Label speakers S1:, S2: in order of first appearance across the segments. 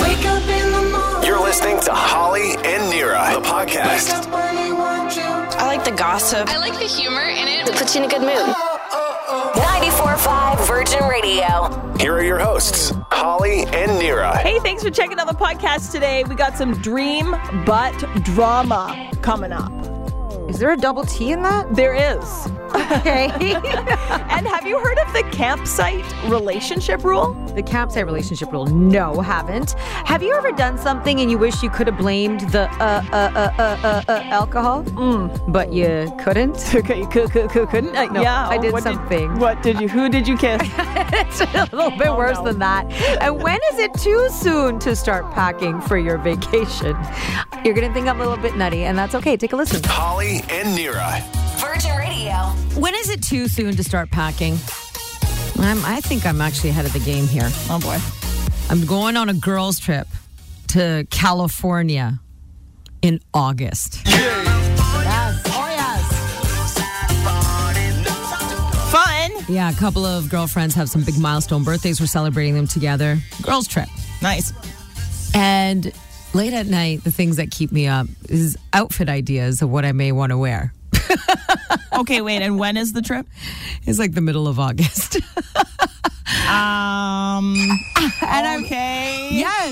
S1: Wake up in the morning.
S2: You're listening to Holly and Nira, the
S1: Wake
S2: podcast.
S1: up when you want you.
S3: I like the gossip.
S4: I like the humor in it.
S5: puts you in a good mood.
S6: 945 Virgin Radio.
S2: Here are your hosts, Holly and Nira.
S7: Hey, thanks for checking out the podcast today. We got some dream butt drama coming up.
S8: Is there a double T in that?
S7: There is.
S8: Okay.
S7: And have you heard of the campsite relationship rule?
S8: the campsite relationship rule. No, haven't. Have you ever done something and you wish you could have blamed the uh, uh, uh, uh, uh, uh, alcohol, mm. but you couldn't?
S7: Okay, you cou- cou- cou- couldn't. Uh,
S8: No,
S7: yeah,
S8: I did
S7: what
S8: something.
S7: what Oh, did you? Who did you kiss?
S8: it's a little bit worse than that. And when is it too soon to start packing for your vacation? You're going to think I'm a little bit nutty, and that's okay. Take a listen.
S2: Holly and Nira.
S6: Virgin Radio.
S9: When is it too soon to start packing? I'm, I think I'm actually ahead of the game here.
S7: oh boy.
S9: I'm going on a girls' trip to California in August.
S7: Fun.
S9: Yeah, a couple of girlfriends have some big milestone birthdays. We're celebrating them together. Girls' trip.
S7: Nice.
S9: And late at night, the things that keep me up is outfit ideas of what I may want to wear.
S7: Okay, wait. And when is the trip?
S9: It's like the middle of August.
S7: Um.
S9: and
S7: Okay.
S9: I'm yes.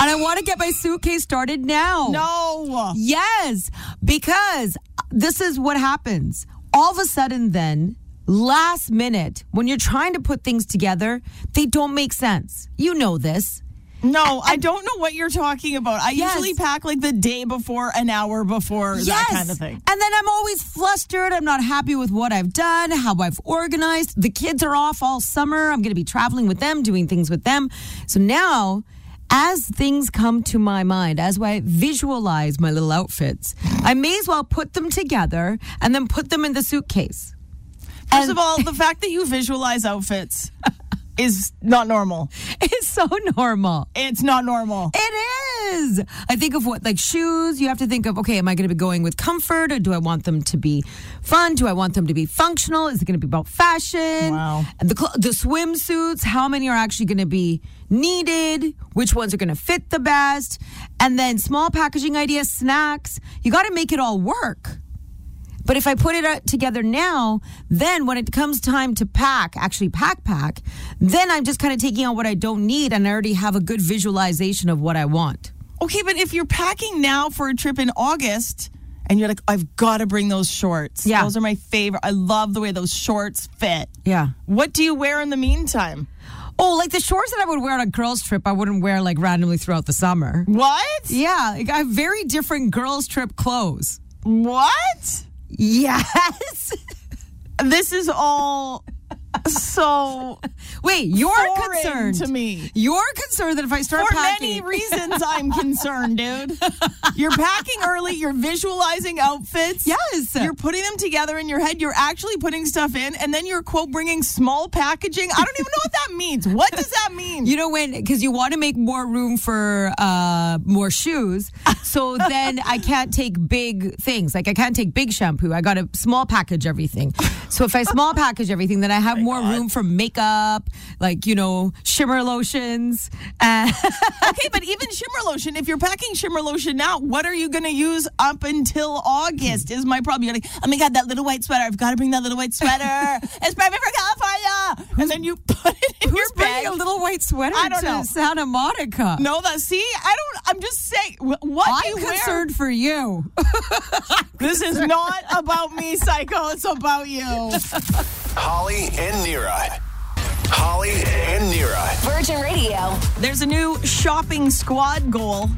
S9: And I want to get my suitcase started now.
S7: No.
S9: Yes, because this is what happens. All of a sudden, then, last minute, when you're trying to put things together, they don't make sense. You know this.
S7: No, I don't know what you're talking about. I
S9: Yes.
S7: usually pack like the day before, an hour before, that kind of thing.
S9: And then I'm always flustered. I'm not happy with what I've done, how I've organized. The kids are off all summer. I'm going to be traveling with them, doing things with them. So now, as things come to my mind, as I visualize my little outfits, I may as well put them together and then put them in the suitcase.
S7: First of all, the fact that you visualize outfits is not normal.
S9: It's so normal.
S7: It's not normal.
S9: It is. I think of what, like shoes, you have to think of, okay, am I going to be going with comfort or do I want them to be fun? Do I want them to be functional? Is it going to be about fashion?
S7: Wow.
S9: And the, cl- the swimsuits, how many are actually going to be needed? Which ones are going to fit the best? And then small packaging ideas, snacks. You got to make it all work. But if I put it out together now, then when it comes time to pack, actually pack, pack, then I'm just kind of taking out what I don't need and I already have a good visualization of what I want.
S7: Okay, but if you're packing now for a trip in August and you're like, I've got to bring those shorts.
S9: Yeah.
S7: Those are my favorite. I love the way those shorts fit.
S9: Yeah.
S7: What do you wear in the meantime?
S9: Oh, like the shorts that I would wear on a girls' trip, I wouldn't wear like randomly throughout the summer.
S7: What?
S9: Yeah, like, I have very different girls' trip clothes.
S7: What?
S9: Yes.
S7: This is all so
S9: Wait, you're
S7: Foreign
S9: concerned
S7: to me.
S9: You're concerned that if I start
S7: for many
S9: packing,
S7: reasons I'm concerned, dude. You're packing early, you're visualizing outfits.
S9: Yes.
S7: You're putting them together in your head. You're actually putting stuff in, and then you're quote bringing small packaging. I don't even know what that means. What does that mean?
S9: You know when because you want to make more room for uh, more shoes, so then I can't take big things. Like I can't take big shampoo. I got to small package everything. So if I small package everything, then I have more room for makeup, like you know shimmer lotions. Uh,
S7: Okay, but even shimmer lotion, if you're packing shimmer lotion now, what are you going to use up until August is my problem. You're like, oh my God, that little white sweater. I've got to bring that little white sweater. it's perfect for California. And then you put it in
S9: who's
S7: your bag.
S9: bringing a little white sweater
S7: I don't
S9: to
S7: know.
S9: Santa Monica?
S7: no, that, see, I don't, I'm just saying, wh- what do
S9: I'm
S7: you
S9: concerned for you.
S7: wear? This is not about me, psycho. It's about you.
S2: Holly and Nira. Holly and Nira.
S6: Virgin Radio.
S7: There's a new shopping squad goal.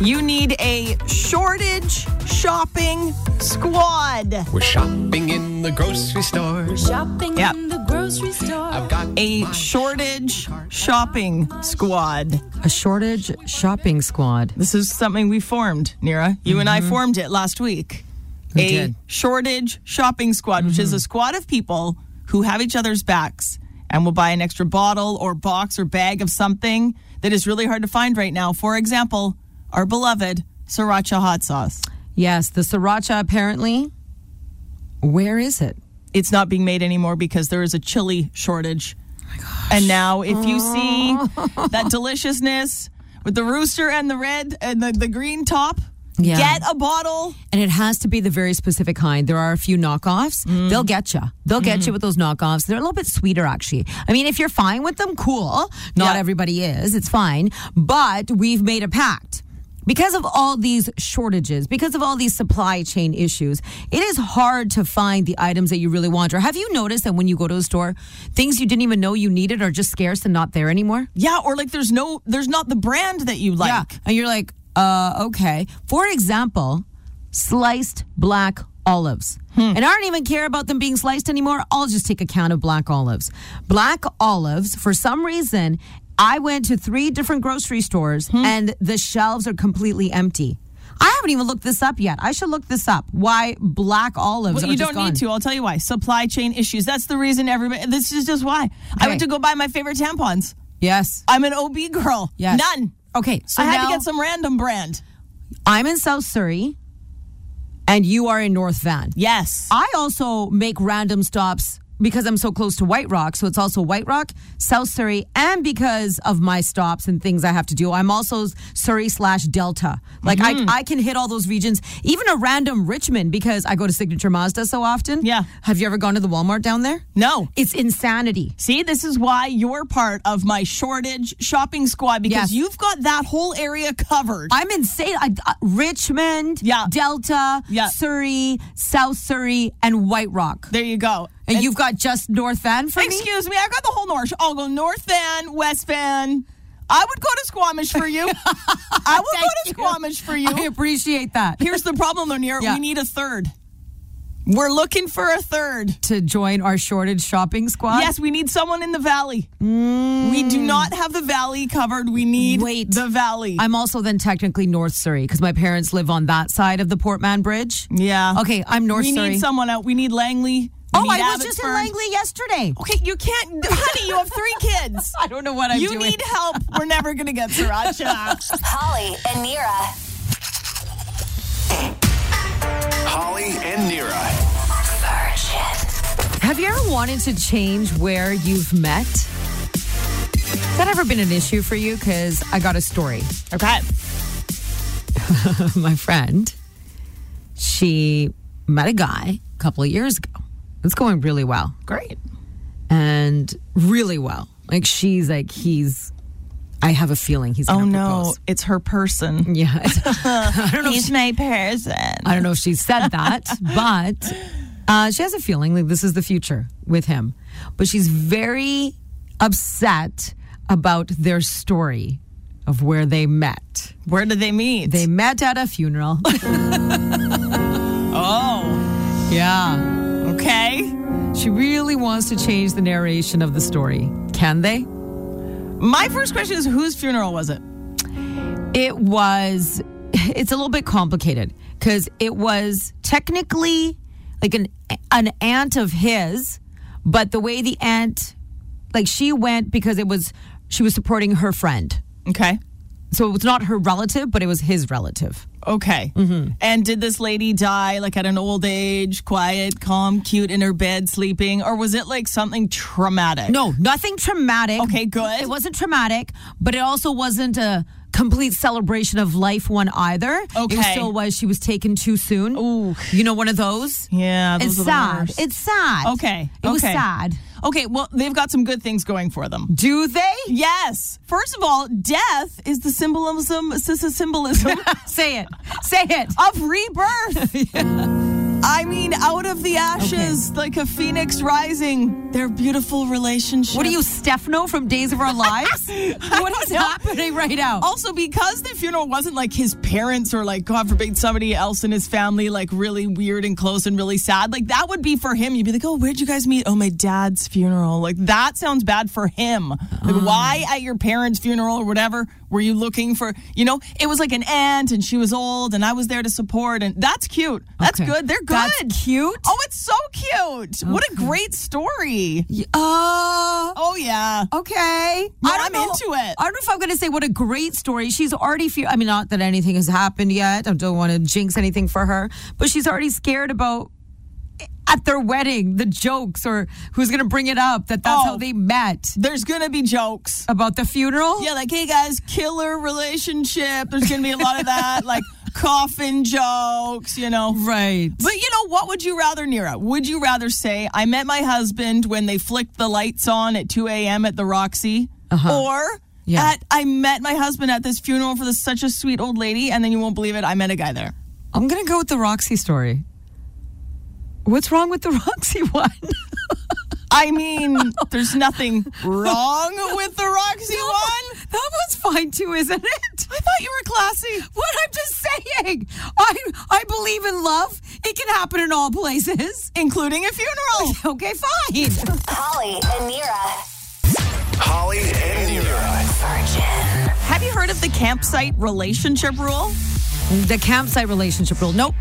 S7: You need a shortage shopping squad.
S10: We're shopping in the grocery store.
S1: Shopping
S7: Yep.
S1: in the grocery store.
S10: I've got
S7: a shortage shopping squad.
S9: A shortage shopping squad.
S7: This is something we formed, Nira. You and I formed it last week. a
S9: Mm-hmm. did. Mm-hmm.
S7: shortage shopping squad, which is a squad of people who have each other's backs and will buy an extra bottle or box or bag of something that is really hard to find right now. For example, our beloved sriracha hot sauce.
S9: Yes, the sriracha apparently. Where is it?
S7: It's not being made anymore because there is a chili shortage. And now, if you see that deliciousness with the rooster and the red and the, the green top,
S9: Yeah.
S7: get a bottle.
S9: And it has to be the very specific kind. There are a few knockoffs. They'll get you. They'll get you with those knockoffs. They're a little bit sweeter, actually. I mean, if you're fine with them, cool. Not
S7: Yeah.
S9: everybody is. It's fine. But we've made a pact. Because of all these shortages, because of all these supply chain issues, it is hard to find the items that you really want. Or have you noticed that when you go to a store, things you didn't even know you needed are just scarce and not there anymore?
S7: Yeah, or like there's no, there's not the brand that you like.
S9: Yeah. And you're like, uh, okay. For example, sliced black olives.
S7: Hmm.
S9: And I don't even care about them being sliced anymore. I'll just take a count of black olives. Black olives, for some reason, I went to three different grocery stores
S7: Hmm.
S9: and the shelves are completely empty. I haven't even looked this up yet. I should look this up. Why black olives?
S7: Well,
S9: are
S7: you
S9: just
S7: don't
S9: gone.
S7: need to. I'll tell you why. Supply chain issues. That's the reason everybody. This is just why. I
S9: Okay.
S7: went to go buy my favorite tampons.
S9: Yes.
S7: I'm an OB girl.
S9: Yes.
S7: None.
S9: Okay. So
S7: I had
S9: now-
S7: to get some random brand.
S9: I'm in South Surrey, and you are in North Van.
S7: Yes.
S9: I also make random stops because I'm so close to White Rock. So it's also White Rock, South Surrey, and because of my stops and things I have to do, I'm also Surrey slash Delta. Like
S7: Mm.
S9: I, I can hit all those regions, even a random Richmond because I go to Signature Mazda so often.
S7: Yeah.
S9: Have you ever gone to the Walmart down there?
S7: No.
S9: It's insanity.
S7: See, this is why you're part of my shortage shopping squad because
S9: Yes.
S7: you've got that whole area covered.
S9: I'm insane. I, uh, Richmond,
S7: Yeah.
S9: Delta,
S7: Yeah.
S9: Surrey, South Surrey, and White Rock.
S7: there you go.
S9: And, you've got just North Van for me?
S7: Excuse me, I got the whole North. I'll go North Van, West Van. I would go to Squamish for you. I will go to
S9: Thank you.
S7: Squamish for you.
S9: I appreciate that.
S7: Here's the problem, though, Nira.
S9: Yeah.
S7: We need a third. We're looking for a third.
S9: to join our shortage shopping squad?
S7: Yes, we need someone in the valley. We do not have the valley covered. We need
S9: Mm. Wait.
S7: the valley.
S9: I'm also then technically North Surrey because my parents live on that side of the Portman Bridge.
S7: yeah.
S9: Okay, I'm North
S7: we
S9: Surrey.
S7: need someone out. We need Langley. We
S9: oh,
S7: need
S9: I was just in
S7: Abbotsford.
S9: Langley yesterday.
S7: Okay, you can't, honey. You have three kids.
S9: I don't know what I'm
S7: you
S9: doing.
S7: need help. We're never gonna get sriracha.
S6: Holly and Nira.
S2: Holly and Nira.
S6: Virgin.
S9: Have you ever wanted to change where you've met? Has that ever been an issue for you? Because I got a story.
S7: okay.
S9: my friend, she met a guy a couple of years ago. It's going really well. Great. And really well. Like she's like, he's I have a feeling he's
S7: Oh
S9: gonna
S7: no,
S9: propose.
S7: it's her person.
S9: Yeah. I don't know if
S7: He's
S9: she,
S7: my person.
S9: I don't know if she said that, but uh, she has a feeling like this is the future with him. But she's very upset about their story of where they met.
S7: Where did they meet?
S9: They met at a funeral.
S7: oh,
S9: yeah.
S7: okay.
S9: She really wants to change the narration of the story. Can they?
S7: My first question is whose funeral was it?
S9: It was, it's a little bit complicated because it was technically like an, an aunt of his, but the way the aunt, like she went because it was, she was supporting her friend.
S7: Okay.
S9: So it was not her relative, but it was his relative.
S7: Okay.
S9: Mm-hmm.
S7: And did this lady die like at an old age, quiet, calm, cute in her bed sleeping, or was it like something traumatic?
S9: No, nothing traumatic.
S7: Okay, good.
S9: It wasn't traumatic, but it also wasn't a complete celebration of life one either. It
S7: Okay.
S9: still was she was taken too soon. Ooh. You know one of those?
S7: Yeah, those
S9: It's
S7: are the
S9: sad.
S7: worst.
S9: It's sad.
S7: Okay.
S9: It was
S7: okay.
S9: sad.
S7: Okay. Well, they've got some good things going for them.
S9: Do they?
S7: Yes. First of all, death is the symbolism, is the symbolism
S9: Say it. Say it.
S7: of rebirth. I mean, out of the ashes, like a phoenix rising. Their beautiful relationship.
S9: What are you, Stefano from Days of Our Lives? what is
S7: know. Oh.
S9: happening right now?
S7: Also, because the funeral wasn't like his parents or like, God forbid, somebody else in his family, like really weird and close and really sad, like that would be for him. You'd be like, oh, where'd you guys meet? Oh, my dad's funeral. Like that sounds bad for him. Like,
S9: Uh.
S7: why at your parents' funeral or whatever were you looking for? You know, it was like an aunt and she was old and I was there to support. And that's cute. That's
S9: Okay.
S7: good. They're good.
S9: That's cute?
S7: Oh, it's so cute. What a great story.
S9: Oh.
S7: Oh, yeah.
S9: Okay.
S7: No,
S9: I don't
S7: I'm
S9: know-
S7: into it.
S9: I don't know if I'm going to say what a great story. She's already fear. I mean, not that anything has happened yet. I don't want to jinx anything for her, but she's already scared about. I eh, at their wedding, the jokes or who's going to bring it up that that's
S7: Oh.
S9: how they met
S7: There's gonna be jokes.
S9: about the funeral.
S7: Yeah, like, hey guys, killer relationship. There's gonna be a lot of that, like coffin jokes, you know.
S9: Right.
S7: But you know, what would you rather, Nira? Would you rather say, I met my husband when they flicked the lights on at 2 a.m. at the Roxy? Or
S9: Yeah.
S7: at, I met my husband at this funeral for this, such a sweet old lady, and then you won't believe it, I met a guy there.
S9: I'm going to go with the Roxy story. What's wrong with the Roxy one?
S7: I mean, there's nothing wrong with the Roxy one.
S9: that was fine too, isn't it?
S7: I thought you were classy.
S9: What I'm just saying. I I believe in love. It can happen in all places.
S7: Including a funeral.
S9: Okay, fine.
S6: Holly and Nira.
S2: Holly and Nira.
S6: Virgin.
S7: Have you heard of the campsite relationship rule?
S9: the campsite relationship rule. Nope.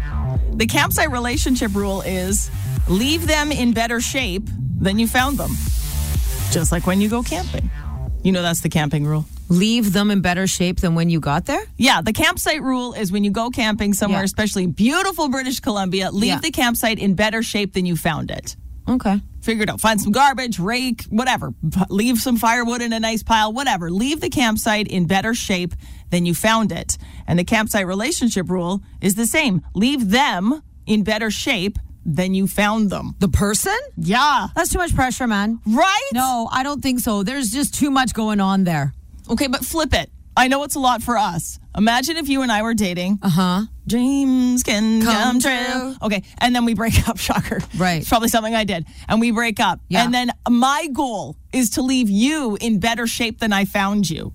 S7: The campsite relationship rule is leave them in better shape than you found them. Just like when you go camping. You know that's the camping rule.
S9: Leave them in better shape than when you got there.
S7: Yeah, the campsite rule is when you go camping somewhere,
S9: Yeah.
S7: especially beautiful British Columbia, leave
S9: Yeah.
S7: the campsite in better shape than you found it.
S9: Okay.
S7: Figure it out. Find some garbage, rake, whatever. P- leave some firewood in a nice pile, whatever. Leave the campsite in better shape than you found it. And the campsite relationship rule is the same. Leave them in better shape than you found them.
S9: The person?
S7: Yeah.
S9: That's too much pressure, man.
S7: Right?
S9: No, I don't think so. There's just too much going on there.
S7: Okay, but flip it. I know it's a lot for us. Imagine if you and I were dating. Uh huh. Dreams can come,
S9: Uh-huh. Come
S7: true.
S9: true.
S7: Okay, and then we break up. Shocker.
S9: Right.
S7: It's probably something I did. And we break up.
S9: Yeah.
S7: And then my goal is to leave you in better shape than I found you.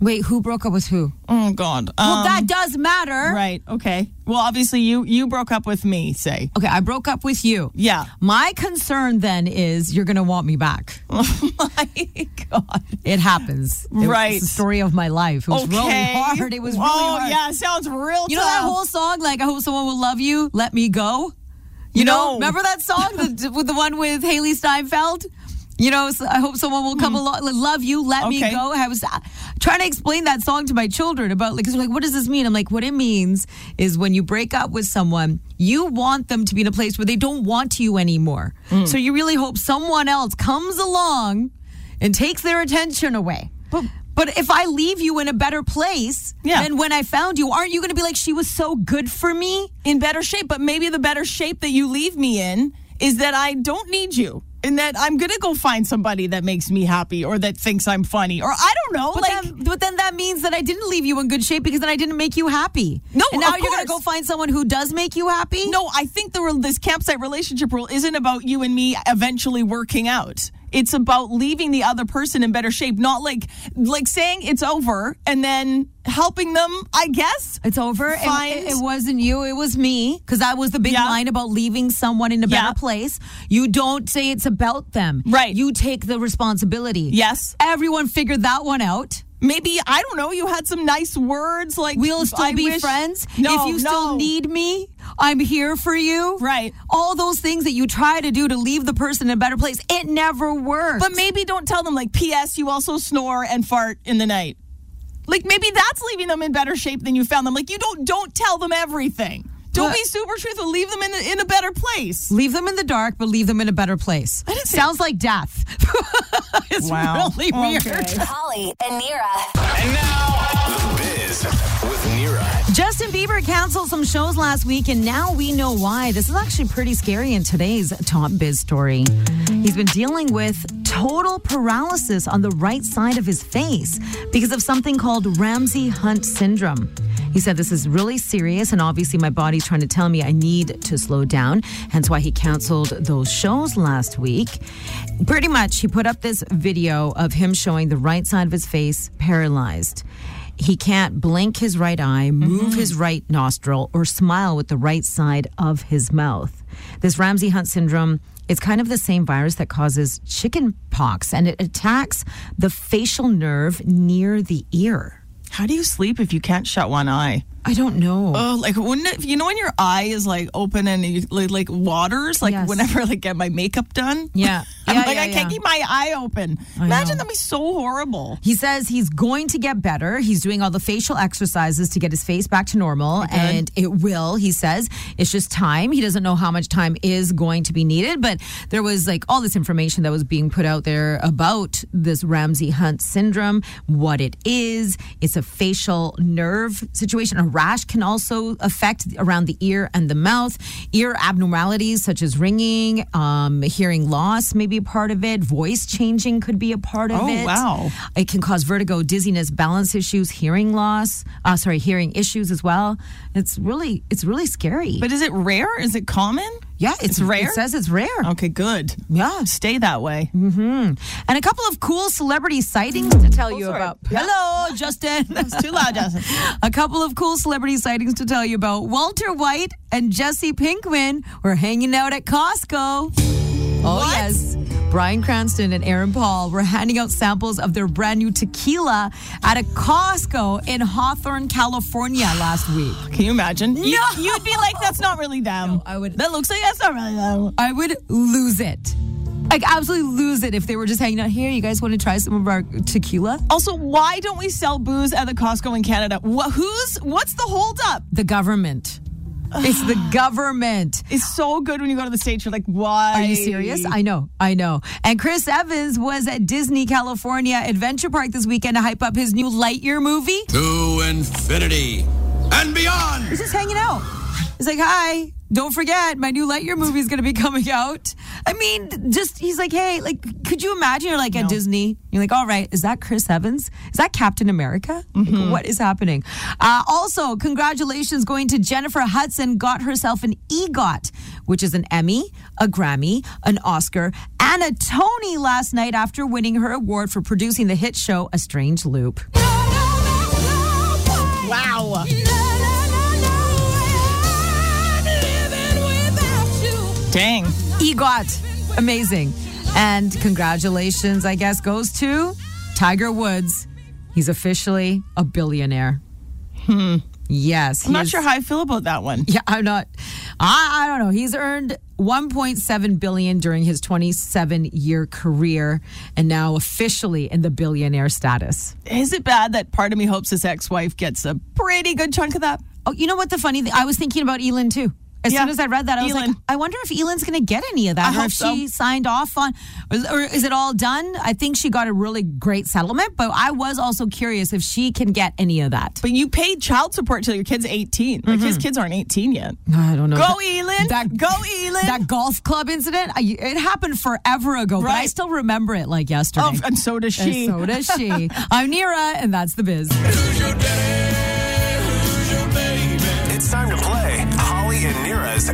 S9: Wait, who broke up with who?
S7: Oh God.
S9: well,
S7: Um,
S9: that does matter.
S7: Right. Okay. Well, obviously you you broke up with me. Say.
S9: Okay, I broke up with you.
S7: Yeah.
S9: My concern then is you're going to want me back.
S7: Oh my God.
S9: It happens. It was
S7: Right.
S9: the story of my life. It was
S7: okay.
S9: really hard. It was
S7: oh,
S9: really hard.
S7: yeah. Sounds real.
S9: You know that
S7: tough.
S9: whole song, like I hope someone will love you, let me go. You
S7: No.
S9: know, remember that song, the, with the one with Haley Steinfeld. You know, so I hope someone will come along, like, love you, let
S7: Hmm. Okay.
S9: me go. I was uh, trying to explain that song to my children about like, 'cause they're like, what does this mean? I'm like, what it means is when you break up with someone, you want them to be in a place where they don't want you anymore.
S7: Hmm.
S9: So you really hope someone else comes along and takes their attention away. But, but if I leave you in a better place
S7: Yeah.
S9: than when I found you, aren't you going to be like, she was so good for me?
S7: in better shape, but maybe the better shape that you leave me in is that I don't need you and that I'm going to go find somebody that makes me happy or that thinks I'm funny or I don't know.
S9: But,
S7: like,
S9: then, but then that means that I didn't leave you in good shape because then I didn't make you happy.
S7: No,
S9: and now
S7: of
S9: you're gonna go
S7: course.
S9: find someone who does make you happy.
S7: no, I think the rel- this campsite relationship rule isn't about you and me eventually working out. It's about leaving the other person in better shape, not like like saying it's over and then helping them, I guess.
S9: it's over. It-
S7: Find-
S9: It, it wasn't you. It was me because that was the big
S7: Yeah.
S9: line about leaving someone in a
S7: Yeah.
S9: better place. You don't say it's about them.
S7: Right.
S9: You take the responsibility.
S7: Yes.
S9: Everyone figured that one out.
S7: Maybe I don't know. You had some nice words like
S9: We'll still
S7: I
S9: be
S7: wish-
S9: friends.
S7: No,
S9: if you
S7: no.
S9: still need me, I'm here for you.
S7: Right.
S9: All those things that you try to do to leave the person in a better place, it never works.
S7: But maybe don't tell them like PS you also snore and fart in the night. Like maybe that's leaving them in better shape than you found them. Like you don't don't tell them everything. Don't
S9: But-
S7: be super truthful. Leave them in a, in a better place.
S9: Leave them in the dark, but leave them in a better place. Sounds like death. it's really
S7: Oh,
S9: weird.
S6: Holly and Nira.
S2: And now, The Biz with Nira.
S9: Justin Bieber canceled some shows last week, and now we know why. This is actually pretty scary in today's top biz story. He's been dealing with total paralysis on the right side of his face because of something called Ramsey Hunt syndrome. He said, This is really serious, and obviously, my body's trying to tell me I need to slow down. Hence why he canceled those shows last week. Pretty much, he put up this video of him showing the right side of his face paralyzed. He can't blink his right eye, move his right nostril, or smile with the right side of his mouth. This Ramsey Hunt syndrome is kind of the same virus that causes chicken pox, and it attacks the facial nerve near the ear.
S7: How do you sleep if you can't shut one eye?
S9: I don't know.
S7: Oh, like when it, you know when your eye is like open and you, like, like waters, like
S9: Yes.
S7: whenever like get my makeup done.
S9: Yeah.
S7: I'm
S9: Yeah,
S7: like
S9: yeah,
S7: I can't
S9: yeah.
S7: keep my eye open.
S9: know.
S7: Imagine that'd be so horrible.
S9: He says he's going to get better. He's doing all the facial exercises to get his face back to normal, and it will, he says. It's just time. He doesn't know how much time is going to be needed, but there was like all this information that was being put out there about this Ramsey Hunt syndrome, what it is. It's a facial nerve situation. A rash can also affect around the ear and the mouth. Ear abnormalities such as ringing, um, hearing loss may be a part of it, voice changing could be a part of
S7: Oh,
S9: it.
S7: wow.
S9: It can cause vertigo, dizziness, balance issues, hearing loss. Uh, sorry, hearing issues as well. It's really, it's really scary.
S7: But is it rare? Is it common?
S9: yeah, it's,
S7: it's rare?
S9: It says it's rare.
S7: Okay, good.
S9: Yeah.
S7: Stay that way.
S9: And a couple of cool celebrity sightings to tell you
S7: sorry.
S9: about. Hello, Justin.
S7: It's too loud, Justin.
S9: a couple of cool celebrity sightings to tell you about. Walter White and Jesse Pinkman were hanging out at Costco. Oh, yes. Brian Cranston and Aaron Paul were handing out samples of their brand new tequila at a Costco in Hawthorne, California last week.
S7: Can you imagine? You,
S9: No.
S7: you'd be like, that's not really them.
S9: I would-
S7: That looks like that's not really them.
S9: I would lose it. Like, absolutely lose it if they were just hanging out here. You guys want to try some of our tequila?
S7: Also, why don't we sell booze at the Costco in Canada? Wha who's? What's the holdup?
S9: The government. It's the government.
S7: It's so good when you go to the states. You're like, why?
S9: Are you serious? I know, I know. And Chris Evans was at Disney California Adventure Park this weekend to hype up his new Lightyear movie.
S10: To infinity and beyond.
S9: He's just hanging out. He's like, hi, don't forget, my new Lightyear movie is going to be coming out. I mean, th- just, he's like, hey, like, could you imagine you're like at Disney? You're like, all right, is that Chris Evans? Is that Captain America? Like, what is happening? Uh, also, congratulations going to Jennifer Hudson, got herself an EGOT, which is an Emmy, a Grammy, an Oscar, and a Tony last night after winning her award for producing the hit show A Strange Loop.
S7: Wow. Dang.
S9: EGOT. Amazing. And congratulations, I guess, goes to Tiger Woods. He's officially a billionaire. Hmm. Yes.
S7: I'm not sure how I feel about that one.
S9: Yeah, I'm not. I, I don't know. He's earned 1.7 billion during his 27 year career, and now officially in the billionaire status.
S7: Is it bad that part of me hopes his ex-wife gets a pretty good chunk of that?
S9: Oh, you know what? The funny thing, I was thinking about Elin too. As
S7: Yeah.
S9: soon as I read that, I was like,
S7: Elin.
S9: I wonder if Elin's going to get any of that,
S7: I
S9: or
S7: hope
S9: if she
S7: so.
S9: signed off on, or, or is it all done? I think she got a really great settlement, but I was also curious if she can get any of that.
S7: But you paid child support till your kid's 18. Like his kids aren't 18 yet.
S9: I don't know.
S7: Go
S9: That-
S7: Elin.
S9: Mm-hmm. that-
S7: Go Elin.
S9: That golf club incident, I, it happened forever ago, but I
S7: Right.
S9: still remember it like yesterday.
S7: oh, and so does
S9: And
S7: she.
S9: so does she. I'm Nira, and that's the biz.
S2: It's time to play Holly and Nira's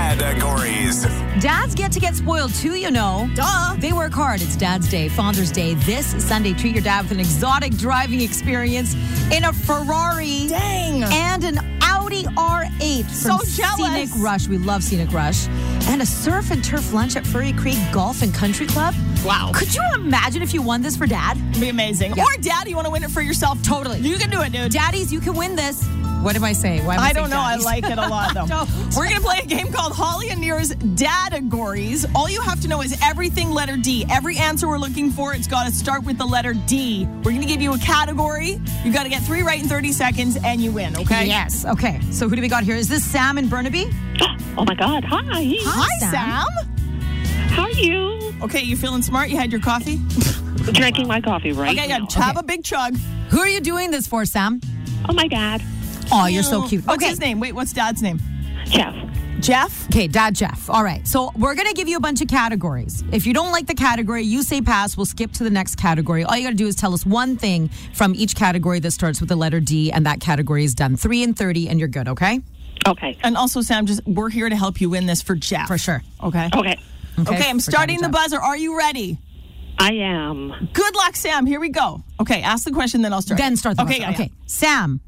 S2: Dadagories.
S9: Dads get to get spoiled too, you know. Duh. They work hard. It's Dad's Day, Father's Day. This Sunday, treat your dad with an exotic driving experience in a Ferrari
S7: Dang.
S9: and an Audi R8 from
S7: So jealous.
S9: Scenic Rush. We love Scenic Rush. And a surf and turf lunch at Furry Creek Golf and Country Club.
S7: Wow.
S9: Could you imagine if you won this for Dad?
S7: It'd be amazing.
S9: Yeah.
S7: Or daddy, you want to win it for yourself?
S9: Totally.
S7: You can do it, dude.
S9: Daddies, you can win this. What am I saying? Why am
S7: I
S9: saying
S7: don't know. I
S9: daddies?
S7: like it a lot, though.
S9: Don't.
S7: We're going to play a game called Holly and Nira's Dadagories. All you have to know is everything letter D. Every answer we're looking for, it's got to start with the letter D. We're going to give you a category. You got to get three right in 30 seconds, and you win, okay?
S9: Yes. Okay. So who do we got here? Is this Sam and Burnaby?
S3: Oh my God! Hi.
S7: Hi, Sam.
S3: How are you?
S7: Okay, you feeling smart? You had your coffee?
S3: Drinking my coffee right
S7: Okay,
S3: now.
S7: yeah, have a big chug.
S9: Who are you doing this for, Sam?
S3: Oh my God,
S9: Oh, you're so cute.
S7: What's
S9: okay.
S7: his name? Wait, what's dad's name?
S3: Jeff.
S7: Jeff?
S9: Okay, Dad Jeff. All right. So we're going to give you a bunch of categories. If you don't like the category, you say pass. We'll skip to the next category. All you got to do is tell us one thing from each category that starts with the letter D, and that category is done. Three and 30, and you're good, okay?
S3: Okay.
S7: And also, Sam, just we're here to help you win this for Jeff.
S9: For sure.
S7: Okay.
S3: Okay.
S7: Okay, I'm
S9: for
S7: starting the
S9: Daddy
S7: buzzer. Are you ready?
S3: I am.
S7: Good luck, Sam. Here we go. Okay, ask the question, then I'll start.
S9: Then start the
S7: okay,
S9: buzzer.
S7: yeah, yeah.
S9: okay. Sam,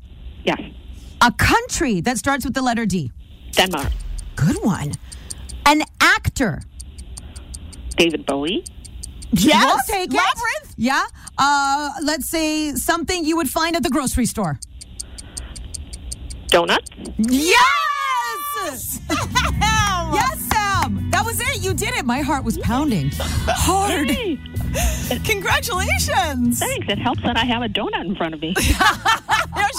S3: Yes.
S9: a country that starts with the letter D.
S3: Denmark.
S9: Good one. An actor.
S3: David Bowie.
S7: Yes,
S9: We'll take it.
S7: Labyrinth.
S9: Yeah. Uh, let's say something you would find at the grocery store.
S3: Donuts?
S9: Yes! yes, Sam! That was it. You did it. My heart was pounding hard.
S3: Hey,
S7: Congratulations!
S3: thanks. It helps that I have a donut in front of me.
S7: There's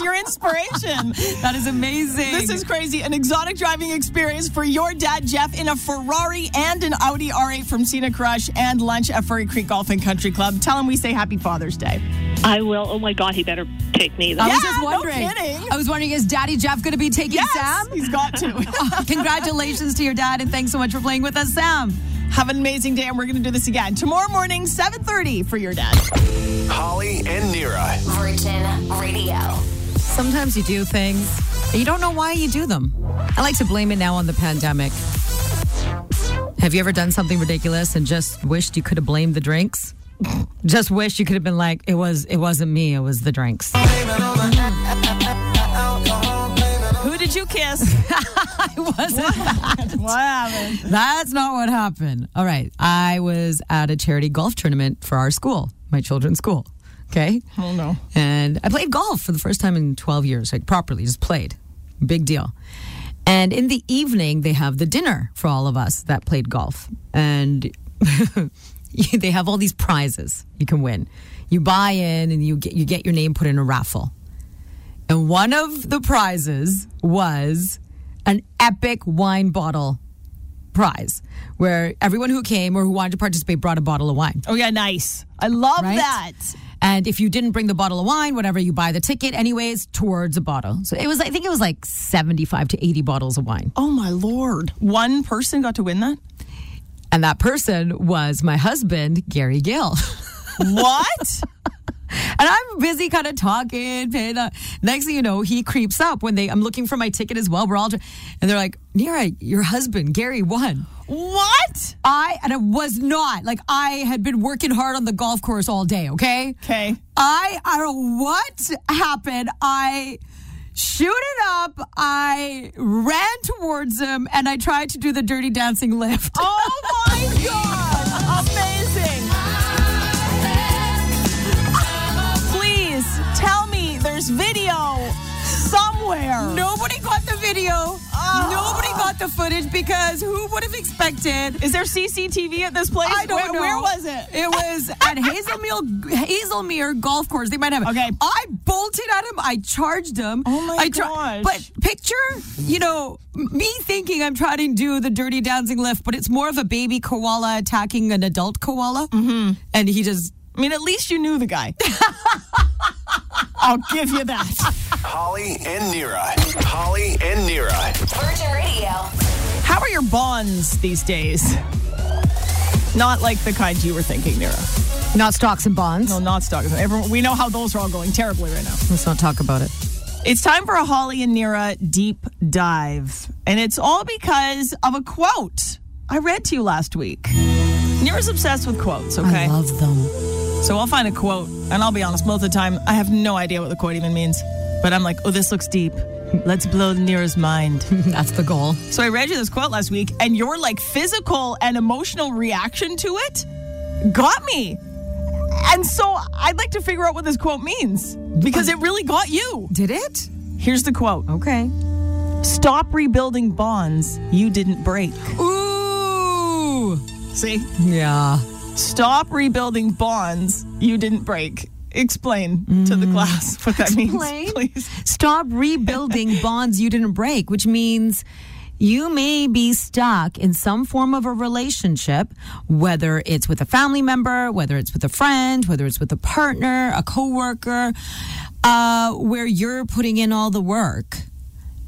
S7: your inspiration.
S9: That is amazing.
S7: This is crazy. An exotic driving experience for your dad, Jeff, in a Ferrari and an Audi R8 from Cena Crush and lunch at Furry Creek Golf and Country Club. Tell him we say Happy Father's Day.
S3: I will. Oh my God, he better take me.
S9: I
S3: That's
S9: was
S7: Yeah,
S9: just
S7: no
S9: wondering.
S7: kidding.
S9: I was wondering, is Daddy Jeff going to be taking
S7: Yes,
S9: Sam?
S7: he's got to.
S9: Congratulations to your dad, and thanks so much for playing with us, Sam.
S7: Have an amazing day, and we're going to do this again tomorrow morning, 7.30 for your dad.
S2: Holly and Nira.
S6: Virgin Radio.
S9: Sometimes you do things, and you don't know why you do them. I like to blame it now on the pandemic. Have you ever done something ridiculous and just wished you could have blamed the drinks? just wish you could have been like, it was it wasn't me, it was the drinks.
S7: Who did you kiss?
S9: It wasn't
S7: what happened?
S9: That's not what happened. All right. I was at a charity golf tournament for our school, my children's school. Okay.
S7: Oh, no.
S9: And I played golf for the first time in 12 years, like properly, just played. Big deal. And in the evening, they have the dinner for all of us that played golf. And they have all these prizes you can win. You buy in and you get, you get your name put in a raffle. And one of the prizes was an epic wine bottle prize where everyone who came or who wanted to participate brought a bottle of wine.
S7: Oh, yeah, nice. I love
S9: Right?
S7: that.
S9: And if you didn't bring the bottle of wine, whatever, you buy the ticket anyways towards a bottle. So it was, I think it was like 75 to 80 bottles of wine.
S7: Oh, my Lord. One person got to win that?
S9: And that person was my husband, Gary Gill.
S7: What?
S9: And I'm busy kind of talking. And, uh, next thing you know, he creeps up when they, I'm looking for my ticket as well. We're all, dr- and they're like, Nira, your husband, Gary, won.
S7: what?
S9: I, and I was not, like, I had been working hard on the golf course all day, okay?
S7: Okay.
S9: I, I don't know what happened. I shoot it up. I ran towards him and I tried to do the dirty dancing lift.
S7: Oh, my God. Amazing. Please tell me there's video somewhere.
S9: Nobody got the video. Nobody got the footage because who would have expected?
S7: Is there CCTV at this place?
S9: I don't
S7: where,
S9: know.
S7: Where was it?
S9: It was at Hazelmere, Hazelmere Golf Course. They might have it.
S7: Okay.
S9: I bolted at him. I charged him.
S7: Oh my
S9: I
S7: gosh.
S9: But picture, you know, me thinking I'm trying to do the dirty dancing lift, but it's more of a baby koala attacking an adult koala. Mm-hmm. And he just
S7: I mean, at least you knew the guy. I'll give you that.
S2: Holly and Nira. Holly and Nira.
S6: Virgin Radio.
S7: How are your bonds these days? Not like the kind you were thinking, Nira.
S9: not stocks and bonds.
S7: No, not stock. Everyone, we know how those are all going terribly right now.
S9: Let's not talk about it.
S7: It's time for a Holly and Nira deep dive. And it's all because of a quote I read to you last week. Nira's obsessed with quotes, okay?
S9: I love them.
S7: So I'll find a quote, and I'll be honest, most of the time, I have no idea what the quote even means. But I'm like, oh, this looks deep. Let's blow Nira's mind.
S9: That's the goal.
S7: so I read you this quote last week, and your like physical and emotional reaction to it got me. And so I'd like to figure out what this quote means because it really got you.
S9: Did it?
S7: Here's the quote
S9: Okay.
S7: Stop rebuilding bonds you didn't break.
S9: Ooh.
S7: See?
S9: Yeah.
S7: Stop rebuilding bonds you didn't break. Explain to the class what that means,
S9: Mm. Explain?
S7: please.
S9: Stop rebuilding bonds you didn't break, which means you may be stuck in some form of a relationship, whether it's with a family member, whether it's with a friend, whether it's with a partner, a coworker, uh, where you're putting in all the work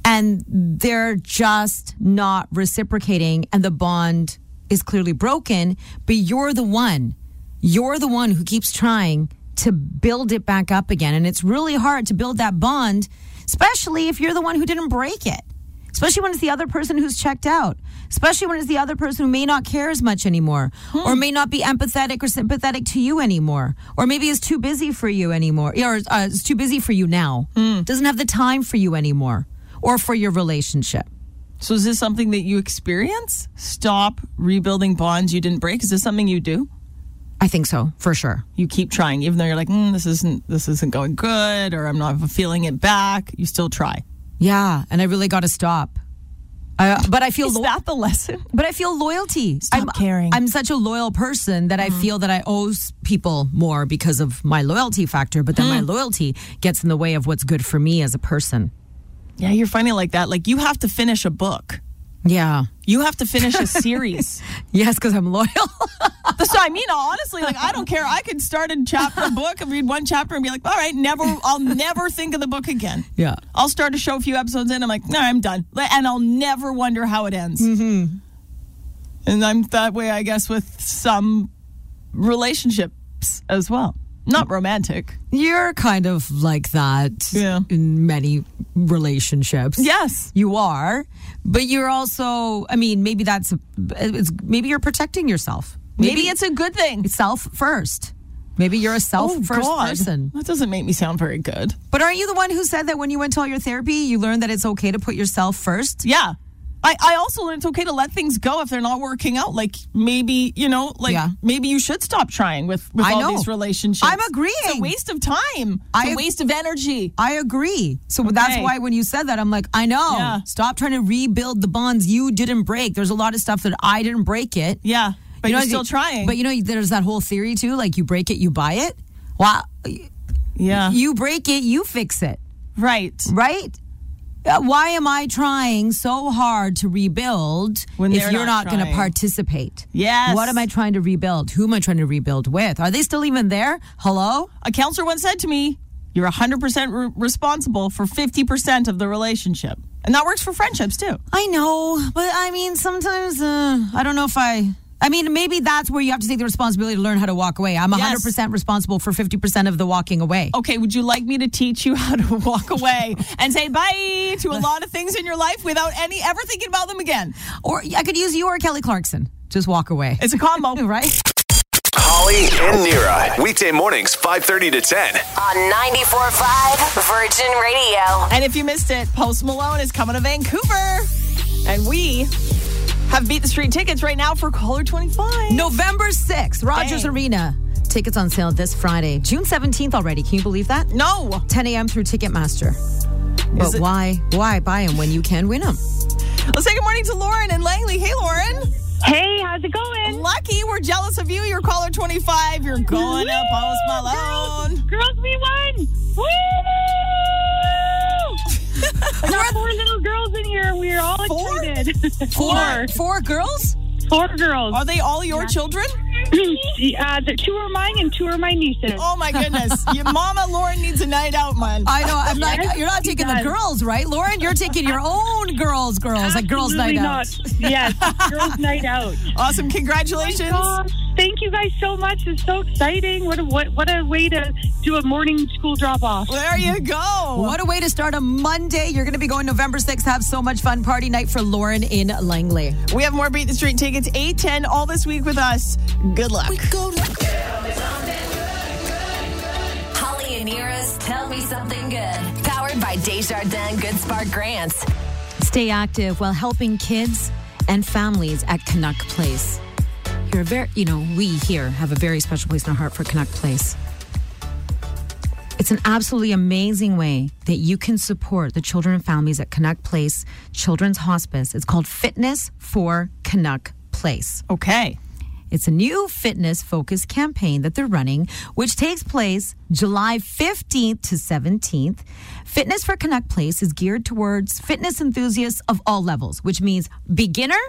S9: and they're just not reciprocating and the bond is clearly broken, but you're the one. You're the one who keeps trying to build it back up again. And it's really hard to build that bond, especially if you're the one who didn't break it. Especially when it's the other person who's checked out. Especially when it's the other person who may not care as much anymore, or may not be empathetic or sympathetic to you anymore, or maybe is too busy for you anymore, or uh, is too busy for you now, doesn't have the time for you anymore, or for your relationship.
S7: So, is this something that you experience? Stop rebuilding bonds you didn't break? Is this something you do?
S9: I think so, for sure.
S7: You keep trying, even though you're like, mm, this isn't this isn't going good, or I'm not feeling it back. You still try.
S9: Yeah, and I really got to stop. I, but I feel
S7: Is
S9: lo-
S7: that the lesson?
S9: but I feel loyalty.
S7: Stop
S9: I'm,
S7: caring. Mm-hmm.
S9: I'm such a loyal person that I feel that I owe s- people more because of my loyalty factor. But then
S7: Mm.
S9: my loyalty gets in the way of what's good for me as a person.
S7: Yeah, you're funny like that. Like you have to finish a book.
S9: Yeah.
S7: You have to finish a series.
S9: Yes, because I'm loyal.
S7: That's what I mean. Honestly, like I don't care. I could start a chapter a book and read one chapter and be like, all right, never. I'll never think of the book again.
S9: Yeah.
S7: I'll start a show a few episodes in. I'm like, no, I'm done, and I'll never wonder how it ends. Mm-hmm. And I'm that way, I guess, with some relationships as well. Not romantic.
S9: You're kind of like that
S7: Yeah.
S9: in many relationships.
S7: Yes.
S9: You are, but you're also, I mean, maybe that's, it's, maybe you're protecting yourself.
S7: Maybe, it's a good thing. Oh,
S9: self first. Maybe you're a self first person.
S7: That doesn't make me sound very good.
S9: But aren't you the one who said that when you went to all your therapy, you learned that it's okay to put yourself first?
S7: Yeah. I, I also learned it's okay to let things go if they're not working out. Like maybe, you know, like
S9: Yeah.
S7: maybe you should stop trying with, with
S9: I
S7: all
S9: know.
S7: these relationships.
S9: I'm agreeing.
S7: It's a waste of time.
S9: I
S7: it's
S9: ag-
S7: a waste of e- energy.
S9: I agree. So that's
S7: Okay.
S9: why when you said that, I'm like, I know.
S7: Yeah.
S9: Stop trying to rebuild the bonds you didn't break. There's a lot of stuff that I didn't break it.
S7: Yeah. But
S9: You know,
S7: you're still
S9: you-
S7: trying.
S9: But you know, there's that whole theory too. Like you break it, you buy it. Well,
S7: Uh-huh. yeah.
S9: you break it, you fix it,
S7: right.
S9: right? Uh, Why am I trying so hard to rebuild
S7: When
S9: if
S7: they're
S9: you're
S7: not
S9: not going to
S7: trying.
S9: participate?
S7: Yes.
S9: What am I trying to rebuild? Who am I trying to rebuild with? Are they still even there? Hello?
S7: A counselor once said to me, You're 100% re- responsible for 50% of the relationship. And that works for friendships too.
S9: I know, but I mean, sometimes uh, I don't know if I. I mean, maybe that's where you have to take the responsibility to learn how to walk away. I'm 100% responsible for 50% of the walking away.
S7: okay, would you like me to teach you how to walk away and say bye to a lot of things in your life without any ever thinking about them again?
S9: Or I could use you or Kelly Clarkson. Just walk away.
S7: It's a combo.
S9: right?
S2: Holly and Nira. Weekday mornings, 5.30 to 10.
S6: On 94.5 Virgin Radio.
S7: And if you missed it, Post Malone is coming to Vancouver. And we have beat the street tickets right now for caller 25.
S9: November 6th, Rogers
S7: Dang.
S9: Arena. Tickets on sale this Friday, June 17th already. Can you believe that?
S7: No.
S9: 10 a.m. through Ticketmaster. But
S7: it-
S9: why? Why buy them when you can win them?
S7: Let's say good morning to Lauren and Langley. Hey, Lauren.
S3: Hey, how's it going?
S7: Lucky we're jealous of you. You're caller 25. You're going to Post Malone.
S3: Girls, we won! Woo! I got four little girls in here. We are all
S7: Four?
S3: excited.
S9: Four, four girls?
S3: Four girls.
S7: Are they all your children?
S3: uh, the two are mine and two are my nieces.
S7: Oh my goodness. Your mama Lauren needs a night out, man.
S9: I know. I'm
S3: Yes,
S9: not. You're not
S3: he
S9: taking the
S3: does.
S9: girls, right, Lauren? You're taking your own girls, girls, like girls' night
S3: Absolutely
S9: out.
S3: not. Yes, girls' night out.
S7: Awesome. Congratulations.
S3: Gosh, thank you guys so much. It's so exciting. What a, what what a way to do a morning school drop off.
S7: There you go.
S9: What a way to start a Monday. You're going to be going November 6th. Have so much fun. Party night for Lauren in Langley.
S7: We have more Beat the Street tickets, 810 all this week with us. Good luck.
S6: Holly and Nira's Tell Me Something Good. Powered by Desjardins Good Spark Grants.
S9: Stay active while helping kids and families at Canuck Place. You're a very, you know, we here have a very special place in our heart for Canuck Place. It's an absolutely amazing way that you can support the children and families at Canuck Place Children's Hospice. It's called Fitness for Canuck Place.
S7: Okay.
S9: It's a new fitness focused campaign that they're running, which takes place July 15th to 17th. Fitness for Connect Place is geared towards fitness enthusiasts of all levels, which means beginner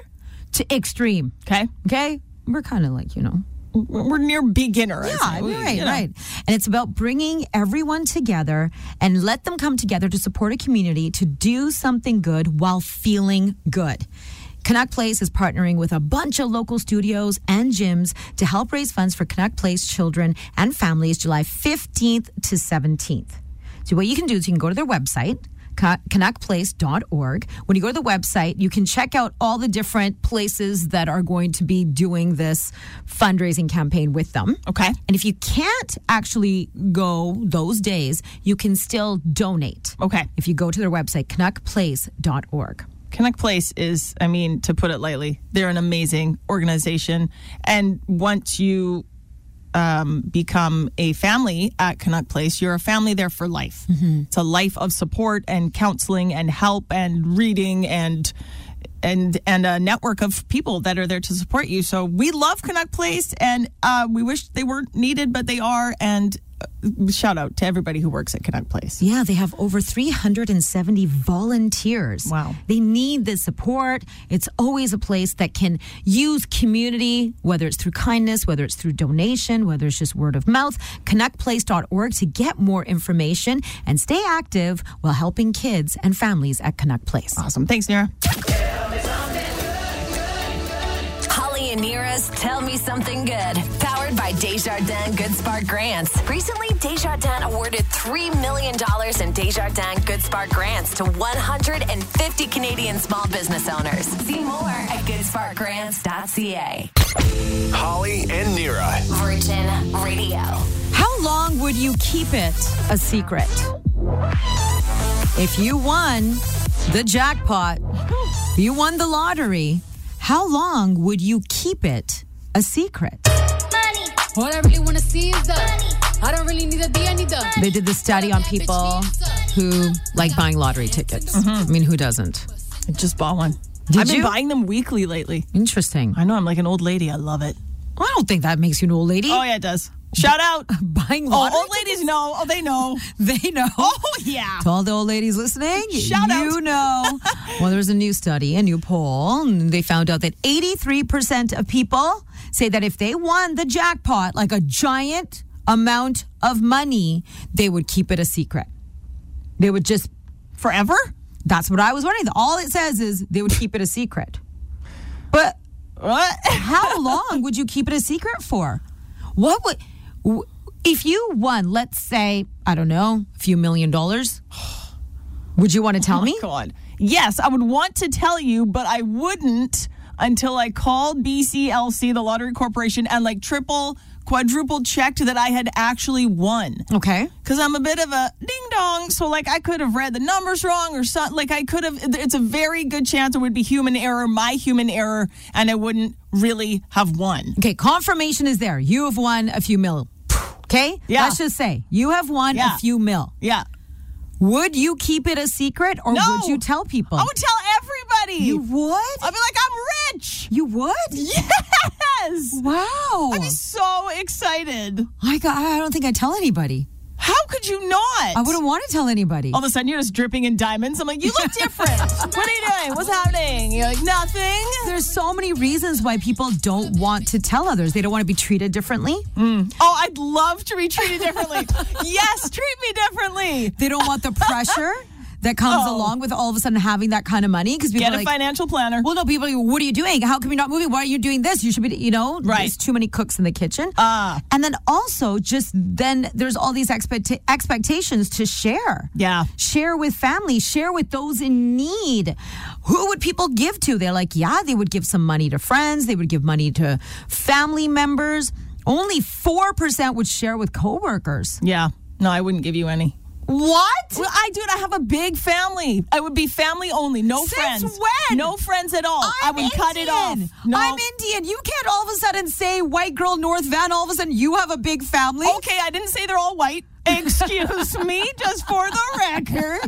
S9: to extreme.
S7: Okay.
S9: Okay? We're kind of like, you know,
S7: We're near beginner. Yeah,
S9: yeah, right, right. And it's about bringing everyone together and let them come together to support a community to do something good while feeling good. Connect Place is partnering with a bunch of local studios and gyms to help raise funds for Connect Place children and families July 15th to 17th. So what you can do is you can go to their website, ca- canuckplace.org. When you go to the website, you can check out all the different places that are going to be doing this fundraising campaign with them.
S7: Okay.
S9: And if you can't actually go those days, you can still donate.
S7: Okay.
S9: If you go to their website, canuckplace.org.
S7: Connect Place is, I mean, to put it lightly, they're an amazing organization. And once you um, become a family at Canuck Place, you're a family there for life. It's a life of support and counseling and help and reading and and and a network of people that are there to support you. So we love Canuck Place, and uh, we wish they weren't needed, but they are. And uh, shout out to everybody who works at Canuck Place.
S9: Yeah, they have over 370 volunteers.
S7: Wow.
S9: They need the support. It's always a place that can use community, whether it's through kindness, whether it's through donation, whether it's just word of mouth. ConnectPlace.org to get more information and stay active while helping kids and families at Connect Place.
S7: Awesome, thanks, Nira.
S6: Holly and Nira's Tell Me Something Good, powered by Desjardins Good Spark Grants. Recently, Desjardins awarded $3 million in Desjardins Good Spark Grants to 150 Canadian small business owners. See more at goodsparkgrants.ca.
S2: Holly and Nira.
S6: Virgin Radio.
S9: How long would you keep it a secret? If you won the jackpot, you won the lottery, how long would you keep it a secret?
S4: All I really wanna see is the I don't really need to be, I need the
S9: They did this study on people who like buying lottery tickets.
S7: Mm-hmm.
S9: I mean, who doesn't?
S7: I just bought one. I've been
S9: you?
S7: buying them weekly lately.
S9: Interesting.
S7: I know I'm like an old lady. I love it.
S9: I don't think that makes you an old lady.
S7: Oh yeah, it does. Shout out.
S9: Buying
S7: Oh,
S9: lottery
S7: old ladies know. Oh, they know.
S9: tickets, they know.
S7: Oh yeah.
S9: To all the old ladies listening,
S7: Shout out.
S9: you know. well, there's a new study, a new poll, and they found out that 83% of people say that if they won the jackpot, like a giant amount of money, they would keep it a secret. They would just,
S7: Forever?
S9: that's what I was wondering. All it says is they would keep it a secret. But
S7: What?
S9: how long would you keep it a secret for? What would, w- if you won, let's say, I don't know, a few million dollars, would you want to tell me?
S7: Oh God. Yes, I would want to tell you, but I wouldn't until I called BCLC, the lottery corporation, and like triple, quadruple checked that I had actually won.
S9: Okay.
S7: Because I'm a bit of a ding dong. So, like, I could have read the numbers wrong or something. Like, I could have, it's a very good chance it would be human error, my human error, and I wouldn't really have won.
S9: Okay, confirmation is there. You have won a few mil. Okay?
S7: Yeah.
S9: Let's just say you have won
S7: Yeah.
S9: a few mil.
S7: Yeah.
S9: Would you keep it a secret or
S7: No.
S9: would you tell people?
S7: I would tell everybody.
S9: you would?
S7: I'd be like, I'm rich.
S9: you would?
S7: Yes.
S9: Wow.
S7: I'd be so excited.
S9: I, got, I don't think I'd tell anybody.
S7: How could you not?
S9: I wouldn't want to tell anybody.
S7: all of a sudden you're just dripping in diamonds. I'm like, you look different. what are you doing? What's happening? You're like, nothing.
S9: There's so many reasons why people don't want to tell others. They don't want to be treated differently.
S7: Oh, I'd love to be treated differently. yes, treat me differently.
S9: They don't want the pressure that comes
S7: Oh.
S9: along with all of a sudden having that kind of money because people
S7: Get
S9: are
S7: a
S9: like,
S7: financial planner.
S9: Well, no, people, are like, what are you doing? How come you're not moving? Why are you doing this? You should be, you know,
S7: Right.
S9: there's too many cooks in the kitchen.
S7: Ah.
S9: and then also, just then there's all these expect- expectations to share.
S7: Yeah.
S9: Share with family, share with those in need. Who would people give to? They're like, yeah, they would give some money to friends, they would give money to family members. Only 4% would share with coworkers.
S7: yeah. No, I wouldn't give you any.
S9: What?
S7: Well, I do it. I have a big family. I would be family only. No
S9: Since
S7: friends.
S9: when?
S7: No friends at all. I
S9: I'm
S7: would cut it off.
S9: Indian.
S7: No.
S9: I'm Indian. You can't all of a sudden say white girl North Van. All of a sudden, you have a big family.
S7: Okay, I didn't say they're all white. Excuse me, just for the record.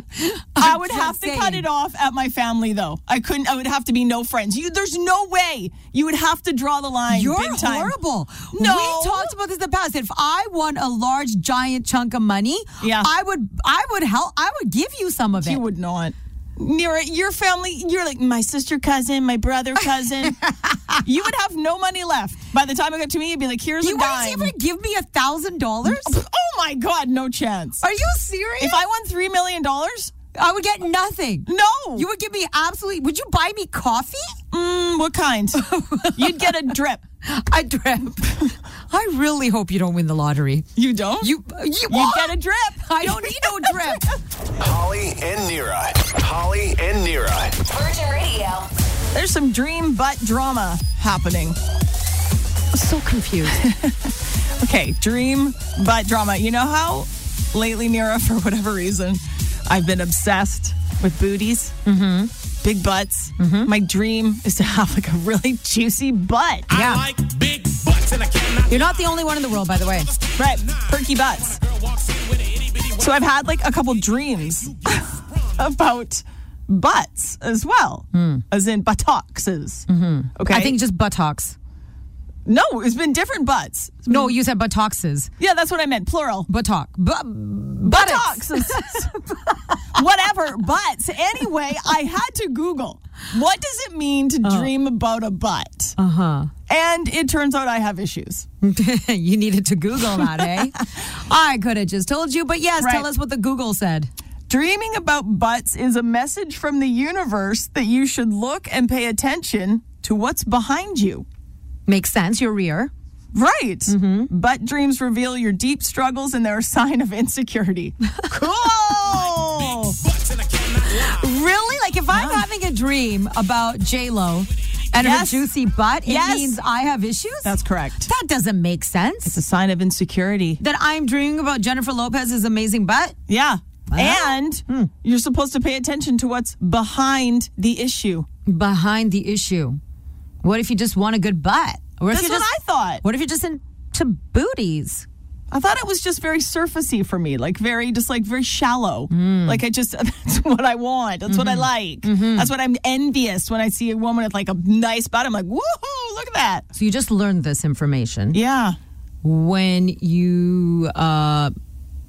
S7: I would
S9: just
S7: have to cut
S9: saying.
S7: it off at my family though. I couldn't I would have to be no friends. You there's no way. You would have to draw the line.
S9: You're
S7: big time.
S9: horrible.
S7: No.
S9: we talked about this in the past. If I won a large, giant chunk of money,
S7: Yeah.
S9: I would, I would help. I would give you some of it.
S7: You would not. Near your family, you're like my sister cousin, my brother cousin. you would have no money left. By the time it got to me, you'd be like, here's
S9: You
S7: a
S9: wouldn't
S7: dime.
S9: even give me a thousand dollars.
S7: oh my god, no chance.
S9: Are you serious?
S7: If I won three million dollars,
S9: I would get nothing.
S7: no.
S9: You would give me absolutely. Would you buy me coffee?
S7: Mm, what kind? You'd get a drip.
S9: I drip. I really hope you don't win the lottery.
S7: You don't?
S9: You, you,
S7: You get a drip.
S9: I don't need no drip.
S2: Holly and Nira. Holly and Nira.
S6: Virgin Radio.
S7: There's some dream butt drama happening.
S9: so confused.
S7: Okay, dream butt drama. You know how lately, Nira, for whatever reason, I've been obsessed with booties, mm-hmm. big
S9: Mm-hmm.
S7: butts. My dream is to have like a really juicy butt.
S10: I like big butts and I
S9: You're not the only one in the world, by the way.
S7: Right, perky butts. So I've had like a couple dreams about butts as well, as in buttocks. Okay,
S9: Hmm. Mm-hmm. I think just buttocks.
S7: no, it's been different butts.
S9: No, you said buttocks.
S7: Yeah, that's what I meant, plural.
S9: Buttock. Bu-
S7: Buttocks,
S9: buttocks.
S7: whatever, butts. Anyway, I had to Google what does it mean to
S9: Oh.
S7: dream about a butt,
S9: Uh huh.
S7: and it turns out I have issues.
S9: you needed to Google that, eh? I could have just told you, but yes,
S7: Right.
S9: tell us what the Google said.
S7: Dreaming about butts is a message from the universe that you should look and pay attention to what's behind you.
S9: Makes sense. Your rear.
S7: Right. Butt dreams reveal your deep struggles and they're a sign of insecurity. cool.
S9: Really? Like if I'm having a dream about J Lo and
S7: Yes.
S9: her juicy butt, it
S7: Yes.
S9: means I have issues.
S7: That's correct.
S9: that doesn't make sense.
S7: It's a sign of insecurity.
S9: that I'm dreaming about Jennifer Lopez's amazing butt.
S7: Yeah. And you're supposed to pay attention to what's behind the issue.
S9: behind the issue. What if you just want a good butt? Or if
S7: That's
S9: you're
S7: what
S9: just-
S7: I thought.
S9: What if you're just into booties?
S7: I thought it was just very surfacey for me, like very, just like very shallow. Like I just, that's what I want. That's what I like. That's what I'm envious when I see a woman with like a nice butt. I'm like, woohoo, look at that.
S9: So you just learned this information
S7: Yeah.
S9: when you uh,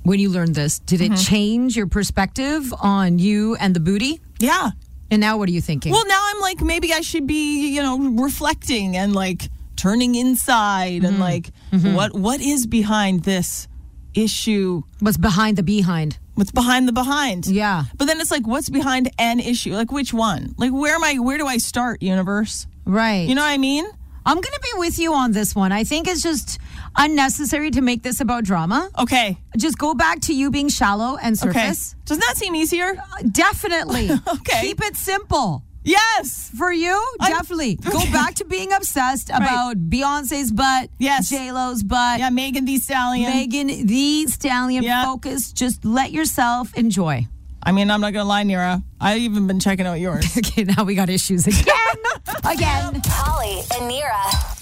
S9: when you learned this. Did
S7: Mm-hmm.
S9: it change your perspective on you and the booty?
S7: Yeah.
S9: And now what are you thinking?
S7: Well, now I'm like, maybe I should be, you know, reflecting and like turning inside and like, what what is behind this issue?
S9: What's behind the behind?
S7: What's behind the behind?
S9: Yeah.
S7: But then it's like, what's behind an issue? Like, which one? Like, where am I? Where do I start, universe?
S9: Right.
S7: You know what I mean?
S9: I'm gonna be with you on this one. I think it's just unnecessary to make this about drama.
S7: Okay.
S9: Just go back to you being shallow and
S7: Okay.
S9: surface.
S7: Doesn't that seem easier?
S9: Definitely.
S7: Okay.
S9: Keep it simple.
S7: Yes.
S9: For you,
S7: I'm-
S9: definitely. Go back to being obsessed about Beyonce's butt,
S7: Yes.
S9: J-Lo's butt,
S7: Yeah, Megan the Stallion.
S9: Megan the Stallion.
S7: Yeah.
S9: Focus. Just let yourself enjoy.
S7: I mean, I'm not gonna lie, Nira. I've even been checking out yours.
S9: Okay, now we got issues again. again.
S6: Holly and Nira.